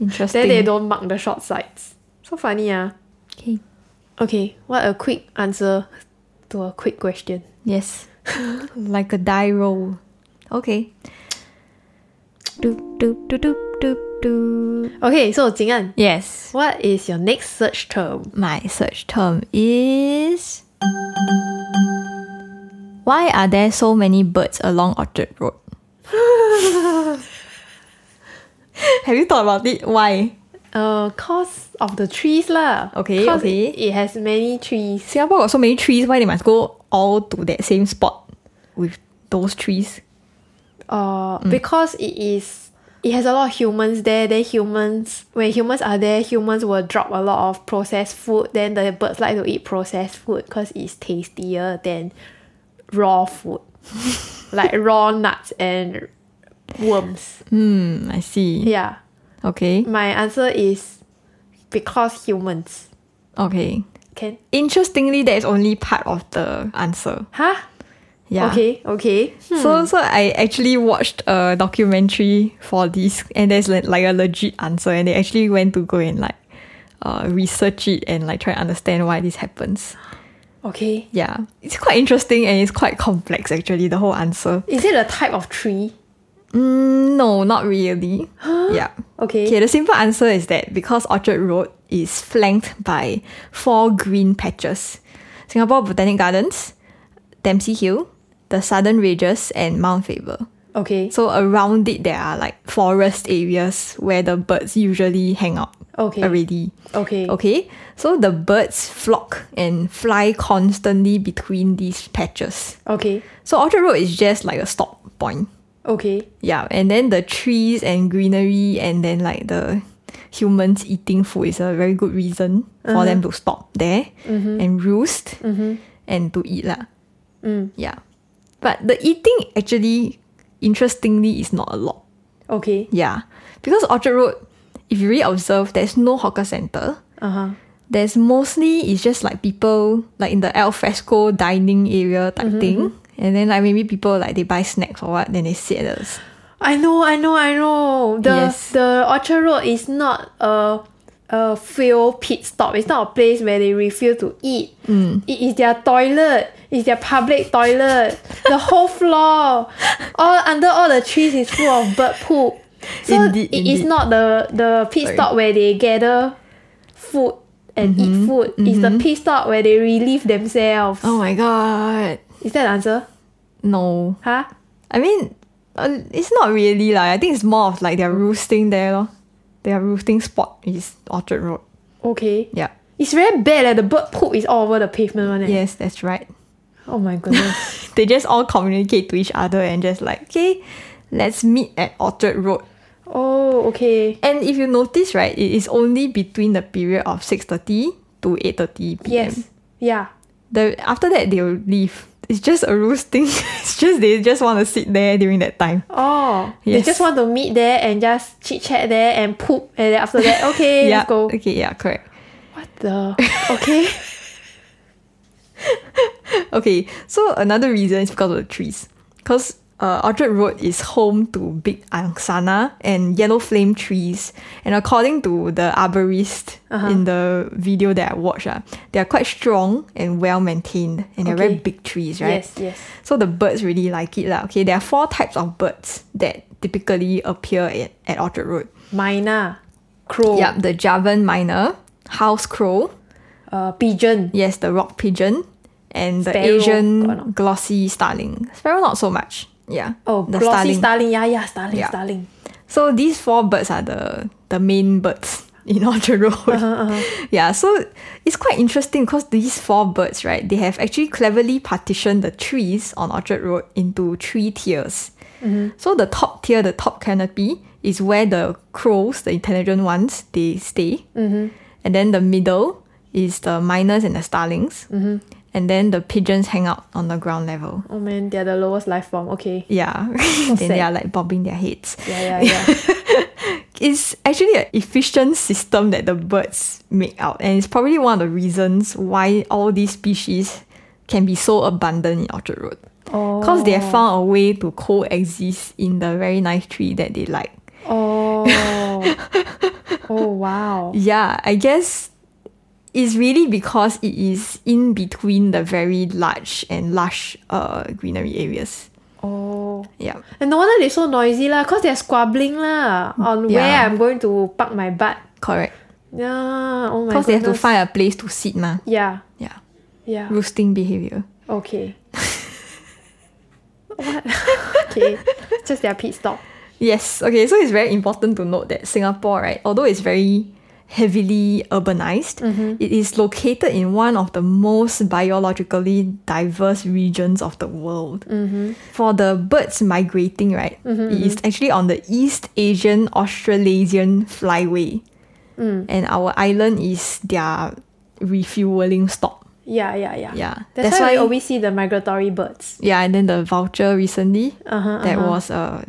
Interesting. Then they don't mark the short sides. So funny, ah. okay. Okay, what a quick answer to a quick question. Yes. like a die roll. Okay. Doop doop doop doop doop doop. Okay, so Jingan, Yes. what is your next search term? My search term is Why are there so many birds along Orchard Road? Have you thought about it? Why? Uh, cause of the trees lah. Okay, 'Cause okay. It has many trees. Singapore got so many trees, why they must go all to that same spot with those trees? Uh, Mm. because it is, it has a lot of humans there. Then humans, when humans are there, humans will drop a lot of processed food. Then the birds like to eat processed food because it's tastier than raw food, like raw nuts and worms. Hmm, I see. Yeah. Okay. My answer is because humans. Okay. Can Interestingly, that is only part of the answer. huh? Yeah. Okay, okay. So so I actually watched a documentary for this, and there's like, like a legit answer, and they actually went to go and like uh, research it and like try to understand why this happens. Okay. Yeah, it's quite interesting and it's quite complex actually. The whole answer. Is it a type of tree? Mm, no, not really. Yeah. Okay. Okay, the simple answer is that because Orchard Road is flanked by four green patches Singapore Botanic Gardens, Dempsey Hill, the Southern Ridges, and Mount Faber. Okay. So around it, there are like forest areas where the birds usually hang out Okay. already. Okay. Okay, so the birds flock and fly constantly between these patches. Okay. So Orchard Road is just like a stop point. Okay. Yeah, and then the trees and greenery, and then like the humans eating food is a very good reason for them to stop there and roost and to eat lah. Mm. Yeah, but the eating actually, interestingly, is not a lot. Okay. Yeah, because Orchard Road, if you really observe, there's no hawker center. Uh-huh. There's mostly it's just like people like in the alfresco dining area type thing, and then like maybe people like they buy snacks or what, then they sit at the s- I know, I know, I know. The Yes. the Orchard Road is not a a fuel pit stop. It's not a place where they refuse to eat. Mm. It is their toilet. It's their public toilet. the whole floor. All under all the trees is full of bird poop. So Indeed, it is indeed. not the the pit Sorry. stop where they gather food and eat food. It's the pit stop where they relieve themselves. Mm-hmm. Oh my god. Is that the answer? No. Huh? I mean, uh, it's not really like I think it's more of like their roosting there. lor. Their roosting spot is Orchard Road. Okay. Yeah. It's very bad. Eh? The bird poop is all over the pavement. One, eh? Yes, that's right. Oh my goodness. They just all communicate to each other and just like, okay, let's meet at Orchard Road. Oh, okay. And if you notice, right, it is only between the period of 6.30 to 8.30 p.m. Yes. Yeah. The, after that, they'll leave. It's just a roosting. it's just they just want to sit there during that time. Oh, Yes. they just want to meet there and just chit chat there and poop, and then after that, okay, yeah. let's go. Okay, yeah, correct. What the? Okay. Okay, so another reason is because of the trees. Because uh, Orchard Road is home to big angsana and yellow flame trees. And according to the arborist Uh-huh. in the video that I watched, uh, they are quite strong and well maintained. And they're very Okay. big trees, right? yes. Yes. So the birds really like it. lah. Okay, there are four types of birds that typically appear at, at Orchard Road. Mina, crow. Yup, the Javan miner, house crow, Uh, pigeon. Yes, the rock pigeon and the Sparrow, got or Asian not? glossy starling. Sparrow not so much. Yeah. Oh, the glossy starling. Yeah, yeah, starling, Yeah. starling. so these four birds are the the main birds in Orchard Road. Yeah, so it's quite interesting because these four birds, right, they have actually cleverly partitioned the trees on Orchard Road into three tiers. So the top tier, the top canopy, is where the crows, the intelligent ones, they stay. And then the middle is the miners and the starlings. And then the pigeons hang out on the ground level. Oh man, they're the lowest life form. Okay. Yeah. then they are like bobbing their heads. Yeah, yeah, yeah. It's actually an efficient system that the birds make out, and it's probably one of the reasons why all these species can be so abundant in Orchard Road. oh. Because they have found a way to coexist in the very nice tree that they like. Oh. oh wow. Yeah, I guess it's really because it is in between the very large and lush uh, greenery areas. Oh. Yeah. And no wonder they're so noisy lah, cause they're squabbling lah on where Yeah. I'm going to park my butt. Correct. Yeah. Oh my Because they have to goodness. find a place to sit, ma. Yeah. Yeah. Yeah. Roosting behavior. Okay. what? okay. Just their pit stop. Yes, okay, so it's very important to note that Singapore, right, although it's very heavily urbanized, Mm-hmm. it is located in one of the most biologically diverse regions of the world. Mm-hmm. For the birds migrating, right, it is actually on the East Asian Australasian flyway, Mm. and our island is their refueling stop. Yeah, yeah, yeah. Yeah, That's, why, we always see the migratory birds. yeah, and then the vulture recently Uh-huh, Mm, that was uh,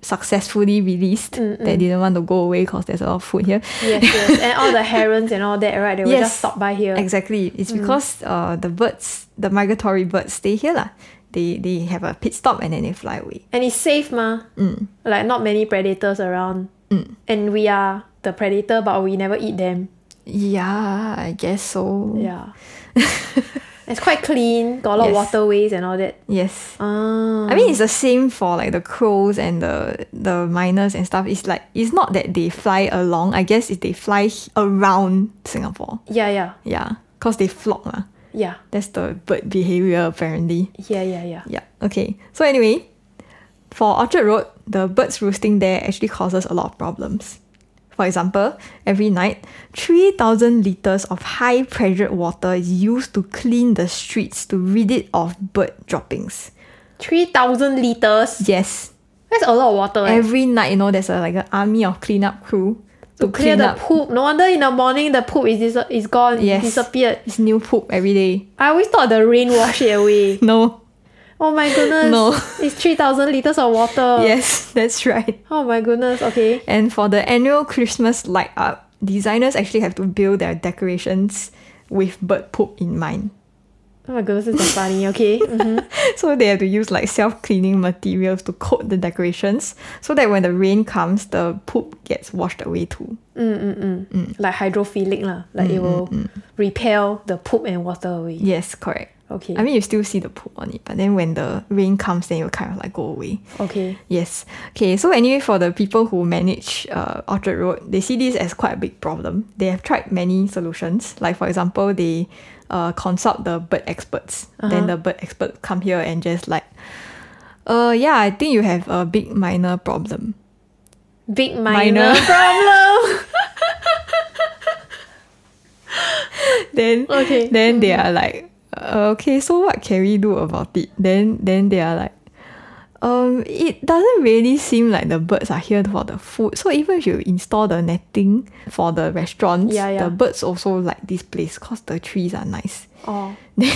successfully released. That didn't want to go away because there's a lot of food here. Yes, yes. And all the herons and all that, right? They will Yes. just stop by here. Exactly, it's Mm. because uh, the birds, the migratory birds, stay here lah. They they have a pit stop and then they fly away. and it's safe, ma. Mm. Like not many predators around. And we are the predator, but we never eat them. Yeah, I guess so. Yeah. it's quite clean, got a lot of Yes. waterways and all that. Yes. Ah. I mean, it's the same for like the crows and the the miners and stuff. It's like it's not that they fly along. I guess it they fly around Singapore. Yeah, yeah. Yeah, cause they flock lah. Yeah. That's the bird behavior apparently. Yeah, yeah, yeah. Yeah. Okay. So anyway, for Orchard Road, the birds roosting there actually causes a lot of problems. For example, every night, 3,000 liters of high pressured water is used to clean the streets to rid it of bird droppings. 3,000 liters. Yes, That's a lot of water. eh. every night, you know, there's a, like an army of cleanup crew to, Clear clean the up. poop. No wonder in the morning the poop is, dis- is gone, Yes. disappeared. It's new poop every day. I always thought the rain washed it away. No. Oh my goodness. No. It's 3,000 liters of water. Yes, that's right. Oh my goodness. Okay. And for the annual Christmas light up, designers actually have to build their decorations with bird poop in mind. Oh my goodness, it's so funny. Okay. Mhm. So they have to use like self cleaning materials to coat the decorations so that when the rain comes, the poop gets washed away too. Like hydrophilic, lah. like Mm, it will repel the poop and water away. Yes, correct. Okay. I mean, you still see the poop on it, but then when the rain comes, then it will kind of like go away. okay. Yes. Okay, so anyway, for the people who manage uh, Orchard Road, they see this as quite a big problem. They have tried many solutions. Like, for example, they uh, consult the bird experts. Then the bird experts come here and just like, uh, yeah, I think you have a big minor problem. Big minor, Minor. problem. then Okay. then they are like, uh, okay, so what can we do about it? Then then they are like, um, it doesn't really seem like the birds are here for the food. So even if you install the netting for the restaurants, Yeah, yeah. the birds also like this place because the trees are nice. oh. Then,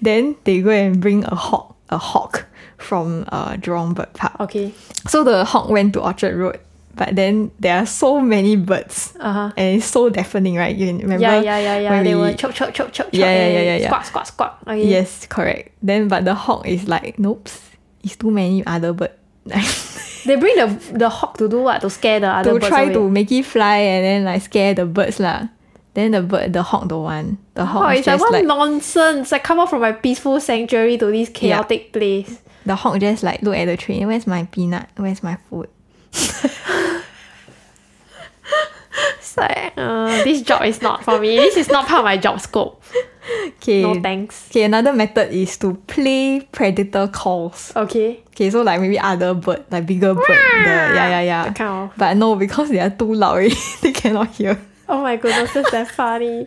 then they go and bring a hawk, a hawk from uh, Jurong Bird Park. Okay. So the hawk went to Orchard Road, but then there are so many birds, Uh-huh. and it's so deafening, right? You remember? Yeah, yeah, yeah, yeah. when They we- will chop, chop, chop, chop, chop. Yeah, yeah, and yeah, yeah, yeah. Squat, squat, squat. Okay. Yes, correct. Then but the hawk is like, nope, it's too many other bird. They bring the the hawk to do what? To scare the other to birds try away. to make it fly and then like scare the birds lah. Then the bird, the hawk don't want. The hawk Oh, is it's like just what like nonsense! I come out from my peaceful sanctuary to this chaotic place. the hawk just like look at the tree. Where's my peanut? Where's my food? It's like, uh, this job is not for me. This is not part of my job scope. Okay. No thanks. Okay, another method is to play predator calls. Okay. Okay, so like maybe other bird, like bigger bird, the, yeah, yeah, yeah. That kind of- But no, because they are too loud, already, they cannot hear. Oh my goodness, that's that funny.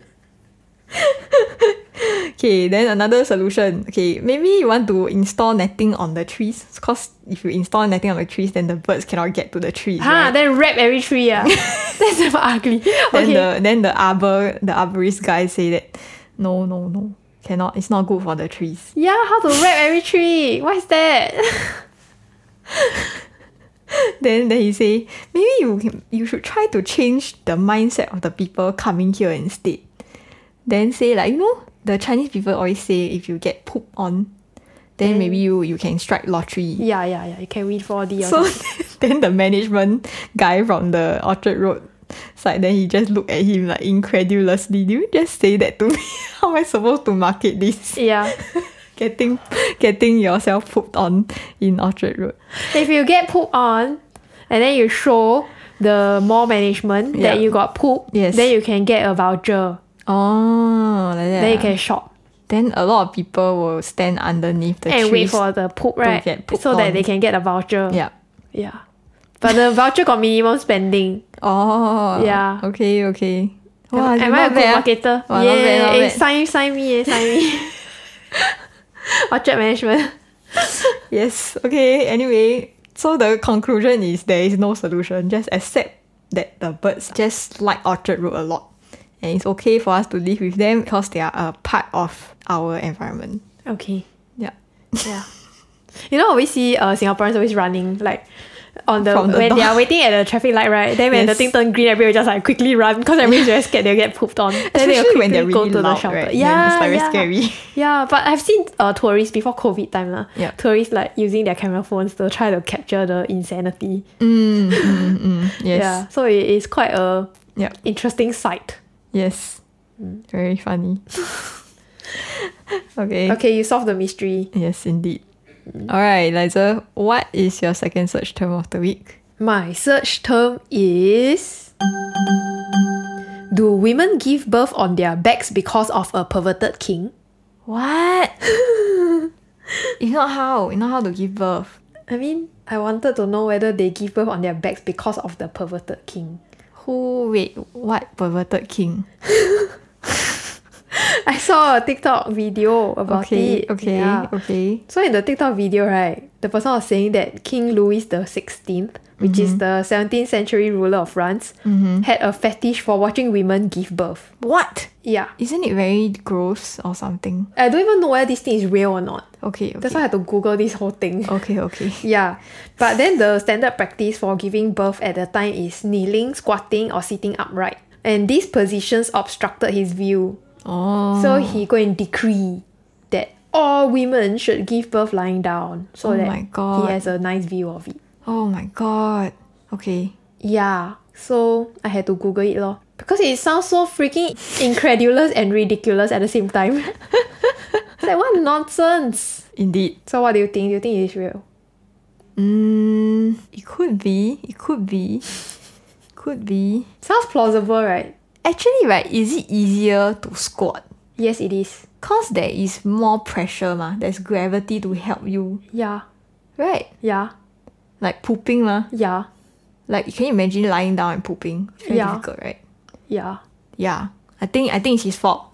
Okay, then another solution. Okay, maybe you want to install netting on the trees. Because if you install netting on the trees, then the birds cannot get to the trees. Huh, right? then wrap every tree. Ah. that's so ugly. Then Okay. the then the arbor the arborist guy say that no no no cannot it's not good for the trees. yeah, how to wrap every tree? What is that? Then then he say maybe you can- you should try to change the mindset of the people coming here instead. Then say like you know the Chinese people always say if you get pooped on, then maybe you you can strike lottery. yeah, yeah, yeah. You can win 4D or So something. then the management guy from the Orchard Road side, then he just looked at him like incredulously. Did you just say that to me? How am I supposed to market this? Yeah. Getting getting yourself pooped on in Orchard Road. if you get poop on and then you show the mall management that Yeah. you got poop, Yes. then you can get a voucher. Oh, like that. Then you ah. can shop Then a lot of people will stand underneath the and trees. wait for the poop, right? get poop so that on. they can get a voucher. yeah. Yeah. But the voucher got minimum spending. Oh. Yeah. Okay. Okay. Am- Wow, Am I a not good bad, ah. marketer? Wow, not yeah. bad, not eh, bad. sign sign me, eh, sign me. Orchard management. Yes. Okay. Anyway, so the conclusion is there is no solution. Just accept that the birds just like Orchard Road a lot. And it's okay for us to live with them because they are a part of our environment. Okay. Yeah. Yeah. You know, we see uh, Singaporeans always running like on the, From the when they dog. are waiting at the traffic light, right? Then when the Yes. thing turns green, everybody just like quickly run because everybody's very scared they'll get pooped on. Then they'll Especially when quickly they're really go to loud, the shelter. right? Yeah, Then it's yeah. like very scary. Yeah, but I've seen uh, tourists before COVID time lah. Yeah. Tourists like using their camera phones to try to capture the insanity. Mm, mm, mm. Yes. Yeah, so it is quite a Yeah. interesting sight. Yes. Mm. Very funny. okay. Okay, you solve the mystery. Yes, indeed. All right, Liza. What is your second search term of the week? My search term is Do women give birth on their backs because of a perverted king? What? if not how? If not how to give birth? I mean, I wanted to know whether they give birth on their backs because of the perverted king. Who wait what perverted king? I saw a TikTok video about Okay, it. okay, Yeah. okay. So in the TikTok video, right, the person was saying that King Louis the Sixteenth, which is Mm-hmm. the 17th century ruler of France, had a fetish for watching women give birth. What? Yeah. Isn't it very gross or something? I don't even know whether this thing is real or not. Okay, okay. That's why I had to Google this whole thing. okay, okay. Yeah. But then the standard practice for giving birth at the time is kneeling, squatting, or sitting upright. And these positions obstructed his view. Oh So he go and decree that all women should give birth lying down so Oh that my God. he has a nice view of it. Oh my god. Okay. Yeah. So I had to Google it lor. Because it sounds so freaking incredulous and ridiculous at the same time. it's like what nonsense. Indeed. So what do you think? Do you think it is real? Mm, it could be. It could be. Could be. Sounds plausible, right? Actually, right, is it easier to squat? Yes it is. Cause there is more pressure ma. There's gravity to help you. Yeah. Right. Yeah. Like pooping ma. Yeah. Like Like, can you imagine lying down and pooping? It's very Yeah. difficult, right? yeah. Yeah. I think I think it's his fault.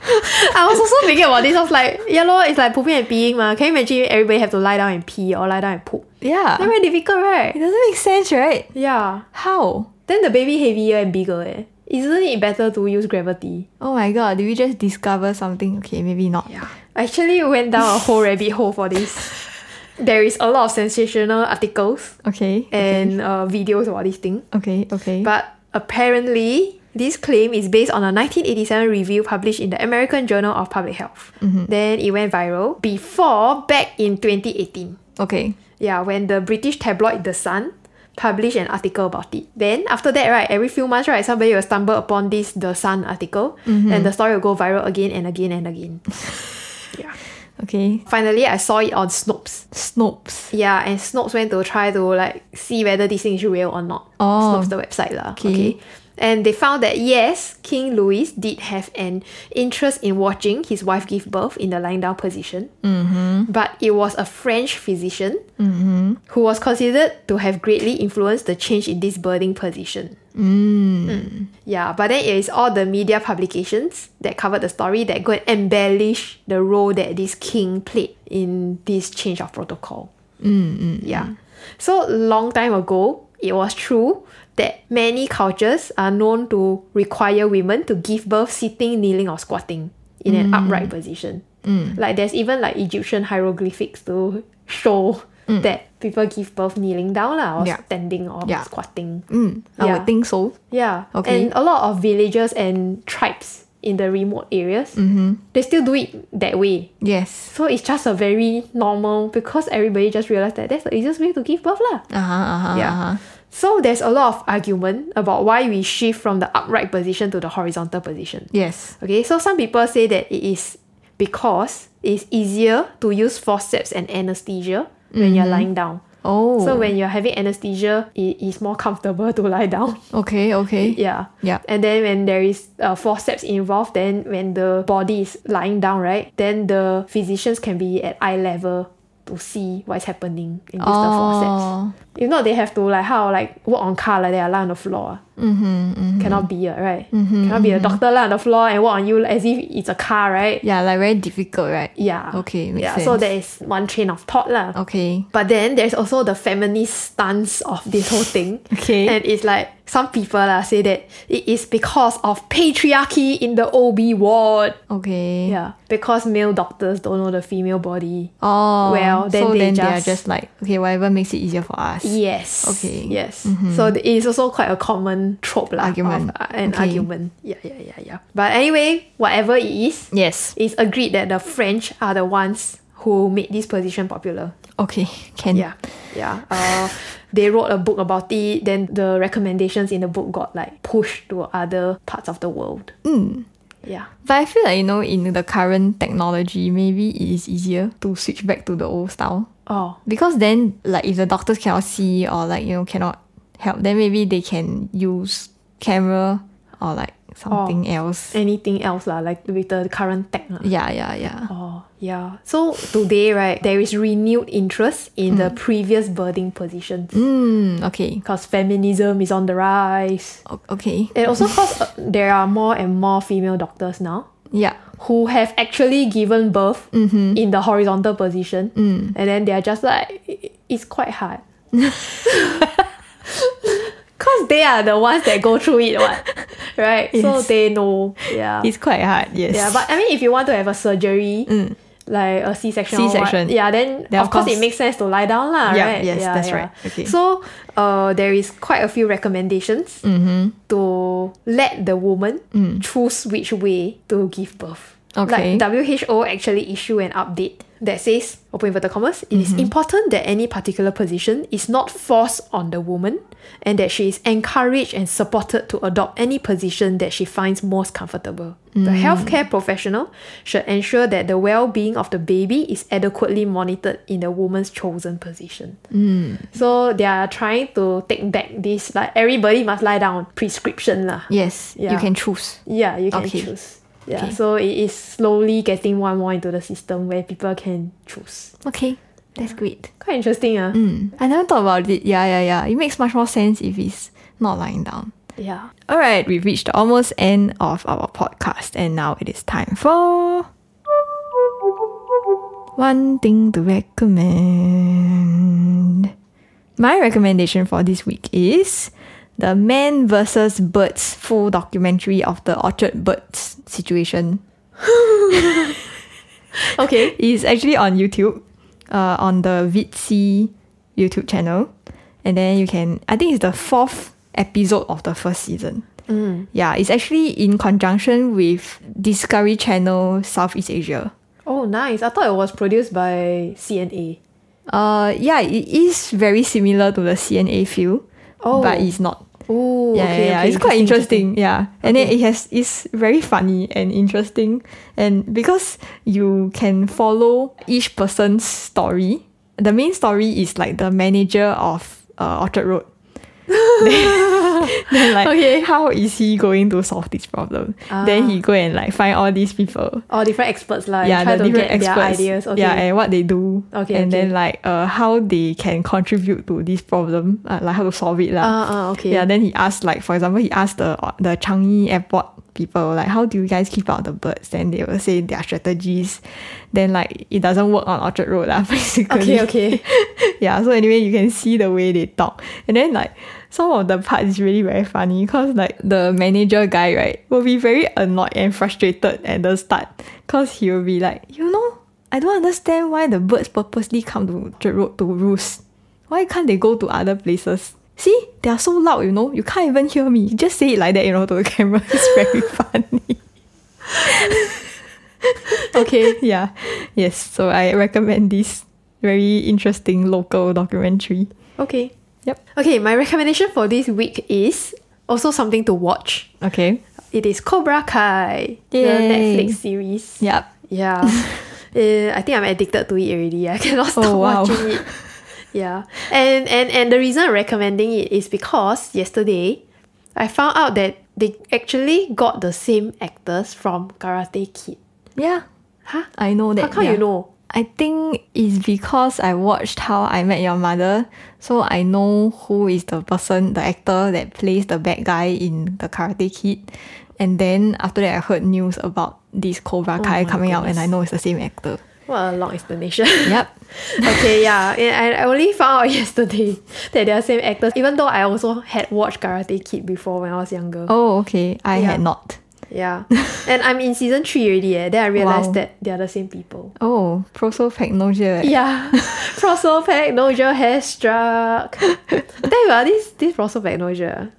I was also thinking about this. I was like, yeah, lor, it's like pooping and peeing, ma. Can you imagine everybody have to lie down and pee or lie down and poop? That's Yeah. very difficult, It right? doesn't make sense, right? Yeah. How? Then the baby heavier and bigger, eh? Isn't it better to use gravity? Oh my god, did we just discover something? Okay, maybe not. Yeah. I actually went down a whole rabbit hole for this. There is a lot of sensational articles Okay. and uh, videos about this thing. okay, okay. But apparently, this claim is based on a 1987 review published in the American Journal of Public Health. Then it went viral before back in 2018. okay. Yeah, when the British tabloid The Sun published an article about it. Then after that, right, every few months, right, somebody will stumble upon this The Sun article and the story will go viral again and again and again. yeah. Okay. Finally, I saw it on Snopes. Snopes. Yeah, and Snopes went to try to like see whether this thing is real or not. Oh. Snopes the website lah. Okay. Okay. And they found that yes, King Louis did have an interest in watching his wife give birth in the lying down position. Mm-hmm. But it was a French physician Mm-hmm. who was considered to have greatly influenced the change in this birthing position. Mm. Yeah, but then it is all the media publications that covered the story that go and embellish the role that this king played in this change of protocol. Mm, Yeah. So long time ago, it was true that many cultures are known to require women to give birth sitting, kneeling, or squatting in an Mm. upright position. Like there's even like Egyptian hieroglyphics to show that people give birth kneeling down lah, or Mm. Yeah. standing or Yeah. squatting. Mm, I Yeah. would think so. Yeah. Okay. And a lot of villages and tribes in the remote areas, Mm-hmm. they still do it that way. Yes. So it's just a very normal because everybody just realized that that's the easiest way to give birth lah. Uh huh. Uh huh. Yeah. Uh-huh. So there's a lot of argument about why we shift from the upright position to the horizontal position. Yes. Okay, so some people say that it is because it's easier to use forceps and anesthesia when you're lying down. Mm-hmm. Oh. So when you're having anesthesia, it is more comfortable to lie down. okay. Okay. Yeah. Yeah. And then when there is uh, forceps involved, then when the body is lying down, right, then the physicians can be at eye level to see what's happening and use the forceps. Oh. If not, they have to like how like walk on car like they are lying on the floor. Mm-hmm, Cannot be uh, right. Mm-hmm, Cannot be a doctor lying on the floor and walk on you as if it's a car, right? Yeah. Like very difficult, right? Yeah. Okay, makes yeah. So sense. that is one train of thought lah. Okay. But then there's also the feminist stance of this whole thing. Okay. And it's like some people lah say that it is because of patriarchy in the OB ward. Okay. Yeah. Because male doctors don't know the female body. Oh. Well, then so they then they are just- just like okay, whatever makes it easier for us. Yes. Okay. Mm-hmm. Yes. So th- it is also quite a common trope lah. Argument. Of, uh, an Okay. argument. Yeah, yeah, yeah, yeah. But anyway, whatever it is, Yes. it's agreed that the French are the ones who made this position popular. Okay. Can. Yeah, yeah. Uh, they wrote a book about it. Then the recommendations in the book got like pushed to other parts of the world. Yeah. But I feel like you know, in the current technology, maybe it is easier to switch back to the old style. Oh. Because then, like, if the doctors cannot see or like you know cannot help, then maybe they can use camera or like something else. Anything else lah? Like with the current tech lah. Yeah, yeah, yeah. Oh, yeah. So today, right, there is renewed interest in the previous birthing positions Mm, okay, because feminism is on the rise. O- okay. And also because uh, there are more and more female doctors now Yeah, who have actually given birth Mm-hmm. in the horizontal position. Mm. And then they are just like, "I- it's quite hard. Because they are the ones that go through it, what? right? So Yes. they know. Yeah. it's quite hard. Yes. Yeah, but I mean, if you want to have a surgery, like a C section, C-section. yeah, then, Mm. Then of, of course, course- it makes sense to lie down, lah, Yeah, right? yes, yeah, that's yeah. right. Okay. So, uh, there is quite a few recommendations to let the woman choose which way to give birth. Okay. Like WHO actually issue an update that says, open inverted commas, it is important that any particular position is not forced on the woman and that she is encouraged and supported to adopt any position that she finds most comfortable. The healthcare professional should ensure that the well-being of the baby is adequately monitored in the woman's chosen position. So they are trying to take back this like everybody must lie down prescription lah. yes, you Yeah. can choose. Yeah, you can Okay. choose. Yeah, Okay. so it is slowly getting more and more into the system where people can choose. Okay, that's great. Quite interesting, ah. Mm. I never thought about it. Yeah, yeah, yeah. It makes much more sense if it's not lying down. Yeah. All right, we've reached the almost end of our podcast, and now it is time for one thing to recommend. My recommendation for this week is the Man vs. Birds full documentary of the Orchard Birds situation. Okay. It's actually on YouTube, uh, on the Vitsi YouTube channel, and then you can. I think it's the fourth episode of the first season. Yeah, it's actually in conjunction with Discovery Channel Southeast Asia. Oh, nice. I thought it was produced by CNA. Uh, yeah, it is very similar to the CNA feel, Oh. but it's not. Oh, Yeah, okay, yeah, yeah. okay. it's quite interesting. Yeah, and then it has it's very funny and interesting, and because you can follow each person's story. The main story is like the manager of uh, Orchard Road. then, then like, Okay. Ah. how is he going to solve this problem? Then he go and like find all these people. Or Oh, different experts like yeah, try to the different get their experts. ideas. Okay. Yeah, and what they do. Okay, And okay. then like uh, how they can contribute to this problem, uh, like how to solve it. lah. Ah, ah, okay. Yeah, then he asked like for example he asked the uh, the Changi airport people like how do you guys keep out the birds? Then they will say their strategies. Then like it doesn't work on Orchard Road lah, basically. Okay, okay. yeah, so anyway you can see the way they talk. And then like some of the parts is really very funny because like the manager guy, right, will be very annoyed and frustrated at the start. Cause he will be like, you know, I don't understand why the birds purposely come to Orchard Road to roost. Why can't they go to other places? See, they are so loud, you know. You can't even hear me. You just say it like that, you know, to the camera. It's very funny. okay. yeah. Yes. So I recommend this very interesting local documentary. Okay. Yep. Okay, my recommendation for this week is also something to watch. Okay. It is Cobra Kai, the Yay. Netflix series. Yep. Yeah. Eh, I think I'm addicted to it already. I cannot stop Oh, wow. watching it. Yeah. And, and and the reason I'm recommending it is because yesterday I found out that they actually got the same actors from Karate Kid. Yeah. Huh? I know that. How come yeah. you know? I think it's because I watched How I Met Your Mother, so I know who is the person, the actor that plays the bad guy in the Karate Kid. And then after that, I heard news about this Cobra Kai Oh my coming out, and goodness. I know it's the same actor. What a long explanation. Yep. okay, yeah. And I I only found out yesterday that they are same actors, even though I also had watched Karate Kid before when I was younger. Oh, okay. I Yeah. had not. Yeah. and I'm in season three already, eh. then I realized Wow. that they are the same people. Oh, prosopagnosia. Yeah. Prosopagnosia has struck. Tell you what, this, this prosopagnosia.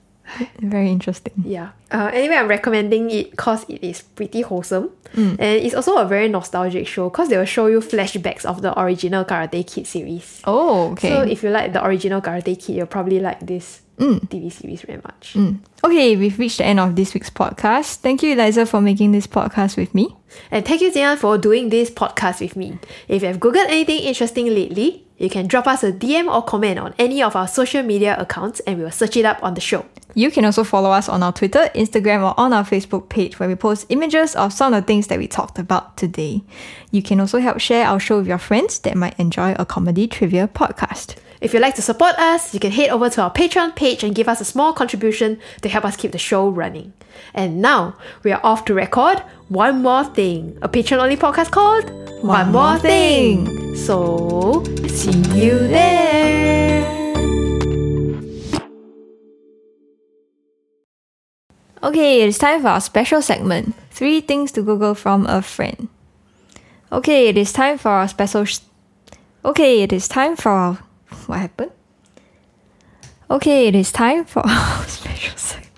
Very interesting. Yeah. Uh, anyway, I'm recommending it because it is pretty wholesome. Mm. And it's also a very nostalgic show because they will show you flashbacks of the original Karate Kid series. Oh, okay. So if you like the original Karate Kid, you'll probably like this TV series very much. Mm. Okay, we've reached the end of this week's podcast. Thank you, Eliza, for making this podcast with me. And thank you, Jian, for doing this podcast with me. If you have Googled anything interesting lately, you can drop us a DM or comment on any of our social media accounts and we will search it up on the show. You can also follow us on our Twitter, Instagram, or on our Facebook page where we post images of some of the things that we talked about today. You can also help share our show with your friends that might enjoy a comedy trivia podcast. If you'd like to support us, you can head over to our Patreon page and give us a small contribution to help us keep the show running. And now we are off to record one more thing, a Patreon only podcast called One, More thing. So, see you there. Okay, it's time for our special segment Three Things to Google from a Friend. Okay, it is time for our special. Sh- okay, it is time for our. What happened? Okay, it is time for our special segment.